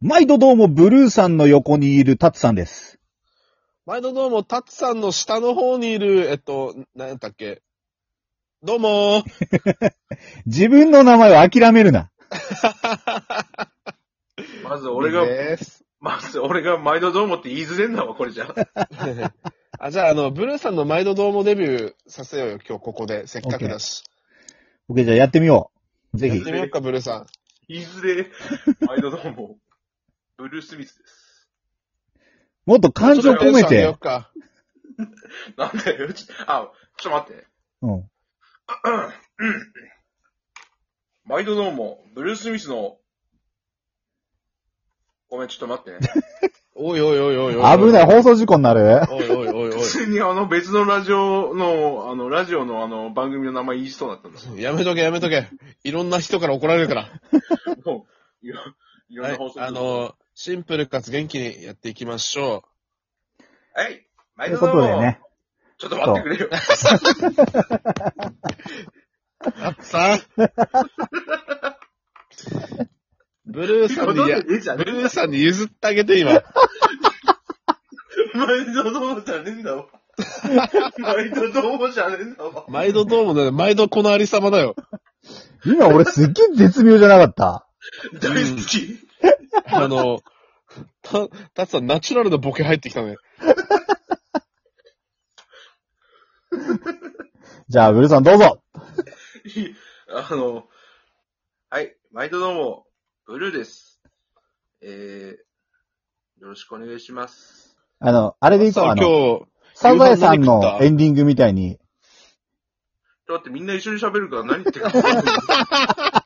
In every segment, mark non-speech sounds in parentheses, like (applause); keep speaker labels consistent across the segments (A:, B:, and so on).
A: 毎度どうもブルーさんの横にいるタツさんです。
B: 毎度どうも、タツさんの下の方にいる、えっと、何やったっけ。どうもー。
A: 自分の名前を諦めるな。
C: まず俺が、
B: です。
C: まず俺が毎度どうもって言いづれんなわ、これじゃ。
B: (laughs) あ、じゃあ、あの、ブルーさんの毎度どうもデビューさせようよ、今日ここで。せっかくだし。
A: オッケーじゃあやってみよう。ぜ
B: やっ
A: ひ
B: て。みようか、ブルーさん。
C: 言いづれ。毎度どうも。ブルースミスです。
A: もっと感情込め
B: ちょっとテンション上げよ
A: て
B: う。か。
C: なんだよ、うち、あ、ちょっと待って。
A: うん。
C: 毎度どうも、ブルースミスの、ごめん、ちょっと待ってね。
B: おいおいおいおいおい。
A: 危ない、放送事故になる。
B: おいおいおい
C: 普
B: お
C: 通にあの別のラジオの、あの、ラジオのあの番組の名前言いそうだったんだ。
B: い。やめとけ、やめとけ。いろんな人から怒られるから。
C: もう、いろい
B: は
C: ろんない放。送。
B: あ、の、シンプルかつ元気にやっていきましょ
C: はい、
A: と
C: 毎
A: いうこ
C: 度どう
A: とで
C: も。
A: ね。
C: ちょっと待ってくれよ。
B: う。
C: (laughs)
B: さあ。ブルーさんに、いや、
C: えじゃ
B: ブ
C: ね
B: ルーさんに譲ってあげて、今。
C: え。毎度どうもじゃねえんだわ。毎度どうもじゃねえんだわ。
B: 毎度どうもだよ。毎度このありさまだよ。
A: 今俺すっげえ絶妙じゃなかった。
C: 大好き。
B: あの、た、たつさん、ナチュラルなボケ入ってきたね。
A: じゃあブルーさんどうぞ。
C: あの、はい、毎度どうも、ブルーです。えー、よろしくお願いします。
A: あの、あれでいこう、
B: さ
A: あ
B: あ、今
A: の、
B: 日、
A: サザエさん
B: 夕飯何食っ
A: の
B: た
A: エンディングみたいに、
C: だってみんな一緒に喋るから何言ってるか。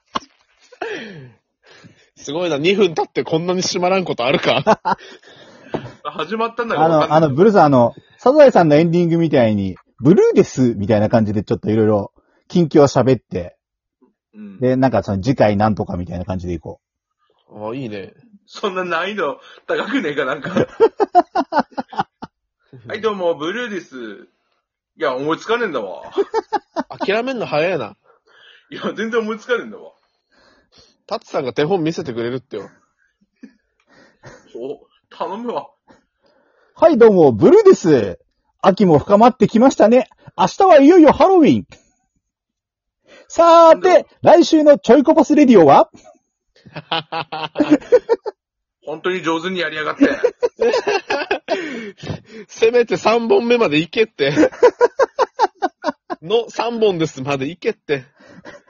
B: すごいな、2分経ってこんなに閉まらんことあるか。
C: 始まったんだか
A: あ
C: ら分
A: の、
C: か
A: あ
C: んない。
A: の、ブルーさん、あの、サザエさんのエンディングみたいに、ブルーです、みたいな感じでちょっといろいろ、近況喋って、
C: うん、
A: で、なんかその次回なんとかみたいな感じでいこ
B: あいいね。
C: そんな難易度高くねえかなん
A: (laughs)
C: か。はい、どうも、ブルーです。いや、思いつかねえんだわ。
B: 諦めんの早いな。
C: いや、全然思いつかねえんだわ。
B: たつさんが手本見せてくれるってよ。
C: お、頼むわ。
A: う。はい、どうも、ブルーです。秋も深まってきましたね。明日はいよいよハロウィン。さーて、来週のちょいこパスレディオは
C: 本当に上手にやりやが
A: (laughs)
C: って。
B: せめて3本目までいけって。の3本ですまでいけって。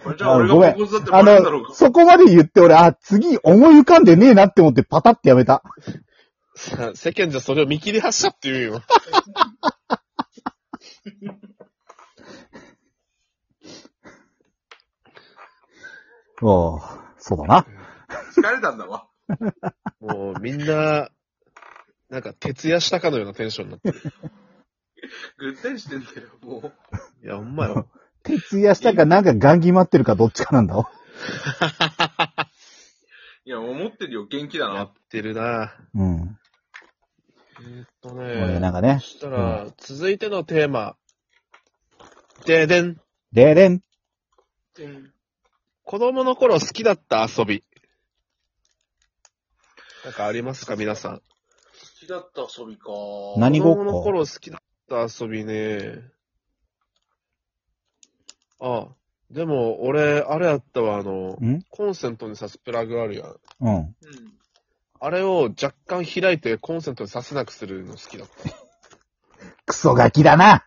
C: これじゃあ
A: あ
C: 俺
A: のごめ
C: が
A: ん
C: ポコツだってバ
A: あ
C: レるんだろう
A: の、そこまで言って俺、あ、次思い浮かんでねえなって思ってパタってやめた。
B: さあ世間じゃそれを見切り発車って言うよ。
A: おうそうだな。
C: が。疲れたんだわ。
B: もうみんな、なんか徹夜したかのようなテンションになってる。
C: ぐったりしてんだよ、もう。
B: いや、ほんまよ。
A: 徹夜したかなんかガン決まってるかどっちかなんだわ。
C: いや、思ってるよ、元気だ
B: や
C: な
B: っ。てるな
A: うん。
B: えーっと
A: 俺な
B: ね、
A: んかね
B: そ。したら、続いてのテーマ。ででん。
A: でれん。
B: 子供の頃好きだった遊び。なんかありますか皆さん。
C: 好きだった遊びか。
A: 何
B: 子
A: ごっ
B: 供の
A: こ
B: 頃好きだった遊びね。あ、でも俺、あれやったわ、あの
A: ん、
B: コンセントに挿すプラグあるやん。
A: うん。
C: うん。
B: あれを若干開いてコンセントに挿せなくするの好きだった。
A: クソガキだな。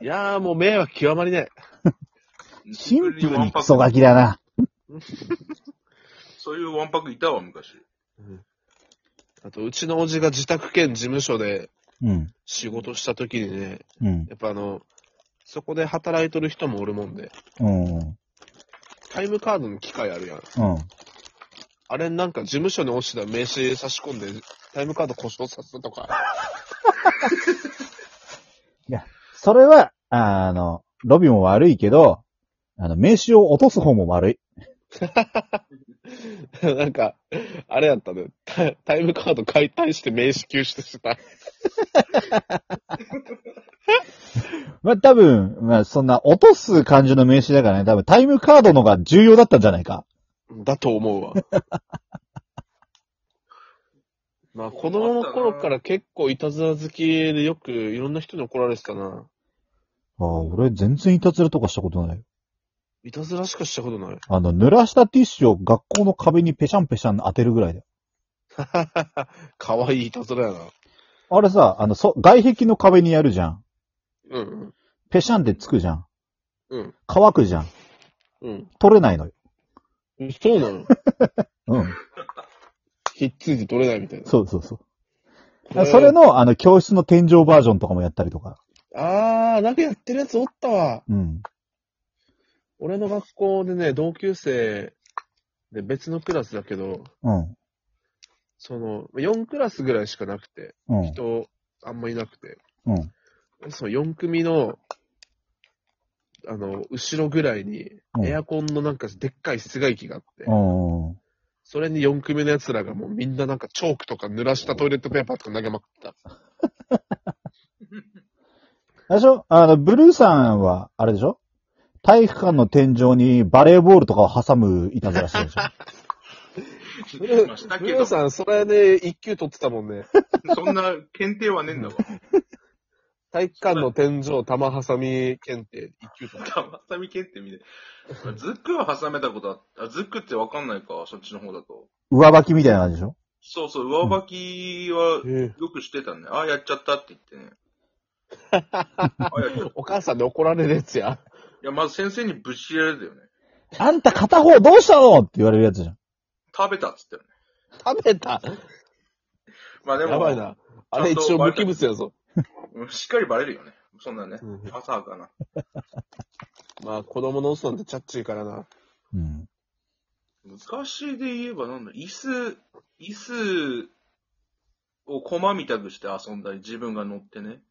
B: いやーもう迷惑極まりない。
A: シンプルにクソガキだな。
C: そういうワンパクいたわ、昔。
B: あと、うちのおじが自宅兼事務所で
A: うん。
B: 仕事した時にね、
A: うん。
B: やっぱあの、そこで働いとる人もおるもんで、
A: うん。うん。
B: タイムカードの機械あるやん。あれなんか事務所に落ちた名刺差し込んで、タイムカード故障させたとか。 (laughs)
A: それは、あの、ロビも悪いけど、あの、名刺を落とす方も悪い。
B: なんか、あれやったね。タタイムカード解体して名刺休止した。
A: まあ、多分、まあ、そんな落とす感じの名刺だからね、多分タイムカードのが重要だったんじゃないか。
B: だと思うわ。まあ、子供の頃から結構いたずら好きでよくいろんな人に怒られてたな。
A: ああ、俺全然いたずらとかしたことない。
B: いたずらしかしたことない。
A: あの、濡らしたティッシュを学校の壁にペシャンペシャン当てるぐらいだよ。
B: かわいいいたずらやな。
A: あれさ、あの、そ、外壁の壁にやるじゃん。
B: うん
A: ペシャンってつくじゃん。
B: うん。
A: 乾くじゃん。
B: うん。
A: 取れないのよ。
B: うん。そうなの (laughs)
A: うん。
B: ひっついて取れないみたいな。
A: そうそうそう。
B: こ
A: それの、あの、教室の天井バージョンとかもやったりとか。
B: あー、なんかやってるやつおったわ。
A: うん。
B: 俺の学校でね、同級生で別のクラスだけど、
A: うん。
B: その、4クラスぐらいしかなくて、
A: うん。
B: 人、あんまいなくて。
A: うん。
B: その4組の、あの、後ろぐらいに
A: う、ん
B: エアコンのなんかでっかい室外機があって、
A: うん。
B: それに4組の奴らがもうみんななんかチョークとか濡らしたトイレットペーパーとか投げまくってた。
A: あれでしょあの、ブルーさんは、あれでしょ体育館の天井にバレーボールとかを挟むいたずらしてるで
B: (laughs)
A: しょ
B: ブル
C: まあした
B: ー
C: け
B: ブ
C: ど
B: ルーさん、それで1級取ってたもんね。 (laughs)
C: そんな検定はねえんだわ。
B: 体育館の天井玉挟み検定1級取ってた。
C: 玉挟み検定みたいな。ズックは挟めたことあった。あズックってわかんないか、そっちの方だと。
A: 上履きみたいな感じでしょ
C: そうそう、上履きは
B: え
C: よくしてたね。ああ、やっちゃったって言
A: (laughs)
C: ってね。ああ、やっちゃった。い
B: お母さんで怒られるやつや。
C: や、まず先生にぶち切られたよね。
A: あんた片方どうしたのって言われるやつじゃん。
C: 食べたっつったよね。
B: 食べた
C: まあでも、
B: やばいな。あれ一応無機物やぞ。
C: うんしっかりバレるよね。そんなね。
B: うん
C: 朝はかな。
B: まあ子供の嘘なんてチャッチーからな。
A: うん。
C: 昔で言えばなんだ、椅子、椅子を駒みたくして遊んだり、自分が乗ってね。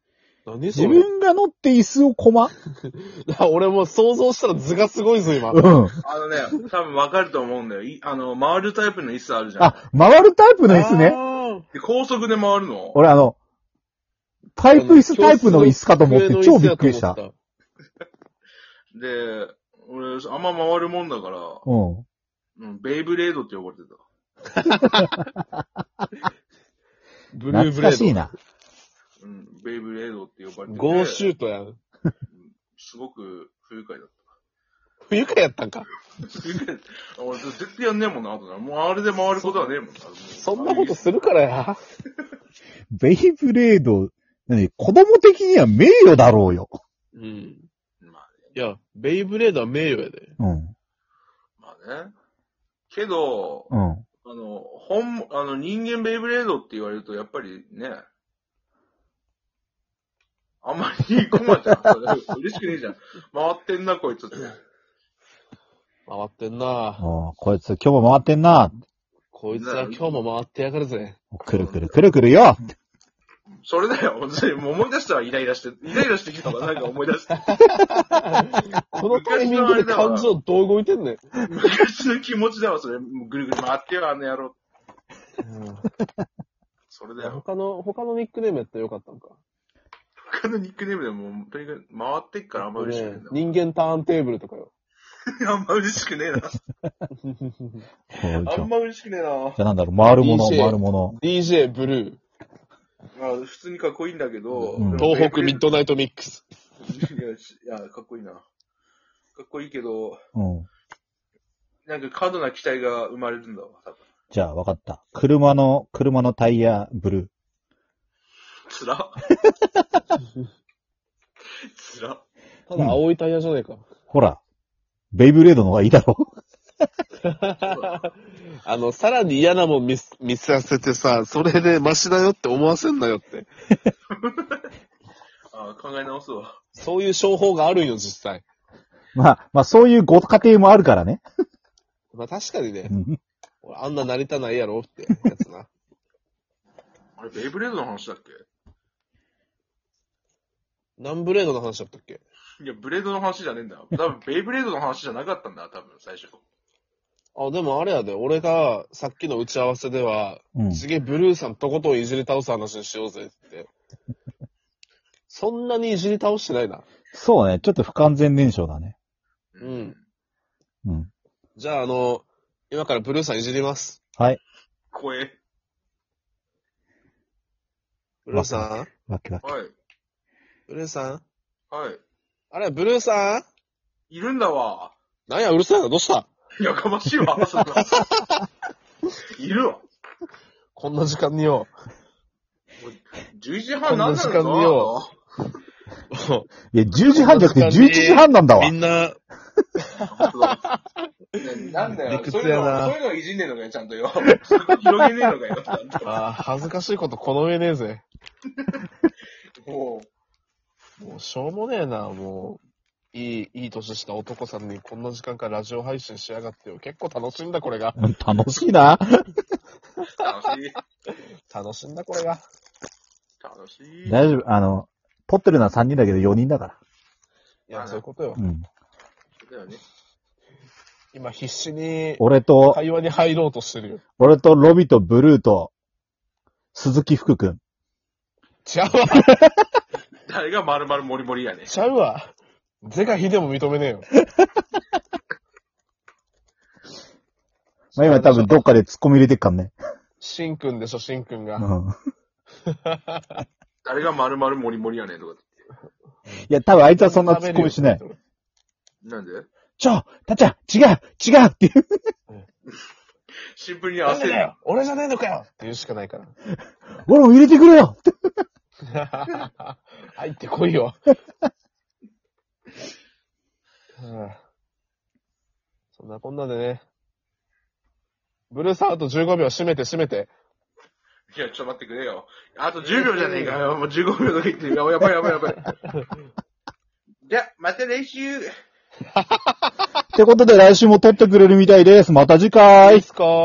B: 何
A: 自
B: それ
A: 分が乗って椅子を駒
B: (laughs) 俺もう想像したら図がすごいぞ今。
A: うん。
C: あ
B: (laughs)
C: のね、多分わかると思うんだよ。いあの、回るタイプの椅子あるじゃん。
A: あ、回るタイプの椅子ね。
B: ね。
C: で高速で回るの
A: 俺あの、タイプ椅子タイプの椅子かと思って超びっくりした。
C: で、俺、あんま回るもんだから、
A: うん。
C: うん、ベイブレードって呼ばれてた。
B: ブルーブ
A: 懐か
B: レ
A: しい
B: ー
A: な。
C: うん、ベイブレードって呼ばれ
B: ド。
C: てて。
B: ゴーシュートやん。
C: すごく不愉快だっ
B: 不愉快やったんか。
C: た。不愉快だった。俺、絶対やんねえもんな、あとな。もうあれで回ることはねえもんな。
B: そんなことするからや。
A: ベイブレード、何子供的には名誉だろうよ。
B: うん。
C: まあね。
B: いや、ベイブレードは名誉やで。
A: うん。
C: まあね。けど、
A: うん。
C: あの、本、あの、人間ベイブレードって言われると、やっぱりね、あんまり、コマちゃん、それ嬉しくねえじゃん。回ってんな、こいつって。
B: 回ってんな
A: ああ、こいつ今日も回ってんな。
B: こいつは今日も回ってやがるぜ。
A: くるくるくるくるよ。
C: それだよ、本当に。もう思い出したらイライラして、イライラしてきたわ、なんか思い出して。
B: このタイミングで感情どう動いてんねん。
C: 昔の気持ちだわ、それ。もうぐるぐる回ってよ、あの野郎。それだよ。
B: (laughs) 他の、他のニックネームやったらよかったんか。
C: 他のニックネームでも、とにかく回ってっからあんま嬉しくねえ
B: 人間ターンテーブルとかよ。
C: な。あんま嬉しくねえな。
A: じゃ
C: (laughs) あんま嬉しくねえな。
A: あなんだろう、回るもの、
B: DJ
A: 回るもの。
B: DJ ブル
C: まあ、普通にかっこいいんだけど、
A: うん
B: ー、東北ミッドナイトミックス。
C: いやしいや、かっこいいな。かっこいいけど、
A: うん。
C: なんか過度な期待が生まれるんだわ、多分。
A: じゃあ、わかった。車の、車のタイヤ、ブルー。
C: つら。つら。
B: ただ青いタイヤじゃねえか。
A: ほら、ベイブレードの方がいいだろ
B: あの、さらに嫌なもん見す見させてさ、それでマシだよって思わせんなよって。
C: あ考え直すわ。
B: そういう商法があるんよ、実際。
A: (laughs) まあ、まあ、そういうご家庭もあるからね。
B: まあ確かにね
A: う、ん
B: 俺あんななりたないやろってやつ
C: (laughs)
B: な。
C: あれ、ベイブレードの話だっ
B: 何ブレードの話だったっけ
C: けいや、ブレードの話じゃねえんだ。多分、ベイブレードの話じゃなかったんだ、多分、最初。
B: あ、でもあれやで、俺がさっきの打ち合わせでは、
A: うん。
B: すげえブルーさんとことんいじり倒す話にしようぜって。そんなにいじり倒してないな。
A: そうね、ちょっと不完全燃焼だね。
B: うん。
A: うん。
B: じゃあ、あの、今からブルーさんいじります。
A: はい。
C: 怖え。
B: ブルーさん
A: わけわけ。
C: はい。
B: ブルーさん
C: はい。
B: あれ、ブルーさん
C: いるんだわ。
B: なんや、うるさいな、どうした
C: やかましいわ、そんな。 (laughs) いるわ。
B: こんな時間によ。
C: 11時半なんだ
B: こんな時間によ
C: ろ
A: いや、10時半じゃなくて11時半なんだわ
B: み。んな、
C: うな。ねなんだよ。
B: 理屈
C: そういうの、
B: やな
C: そういうのいじんねえのかよ、ちゃんとよ。広げねえのかよ、ちゃんと。
B: あー恥ずかしいことこの上ねえぜ。
C: もう、
B: もう、しょうもねえな、もう。いい、いい年した男さんにこんな時間からラジオ配信しやがってよ。結構楽しいんだ、これが。
A: うん楽しいな。
C: 楽しい。
B: 楽しいんだ、これが。
C: 楽しい。
A: 大丈夫。あの、撮ってるのは3人だけど4人だから。
B: いや、そういうことよ
A: う。ん。
C: だよね。
B: 今、必死に
A: 俺と、
B: 会話に入ろうとしてるよ。
A: 俺とロビとブルーと、鈴木福くん。
B: ちゃうわ、
C: 誰が丸々モリモリやね。
B: ちゃうわ。ゼが非でも認めねえよ。
A: まあ今多分どっかで突っ込み入れてっかんね。
B: しんくんでしょ、しんくん
A: う
B: が。
A: ん。
C: 誰が丸々モリモリやねんとかって。
A: いや、多分あいつはそんな突っ込みしない。
C: なんで
A: ちょ、たっちゃん、違う違うっていう。
C: シンプルに
B: なんで
C: 焦
B: だ
C: る。
B: よ俺じゃねえのかよって言うしかないから。 (laughs)
A: 俺も入れてくれよって
B: 入ってこいよ。はあそんなこんなでね。ブルーさんあと15秒、閉めて閉めて。
C: いや、ちょっと待ってくれよ。あと10秒じゃねえかよ。もう15秒だけ言ってる。やばいやばいや
B: (laughs)
C: ばい。じゃ、また練習。
A: ってことで来週も撮ってくれるみたいです。また次回
B: いいっすか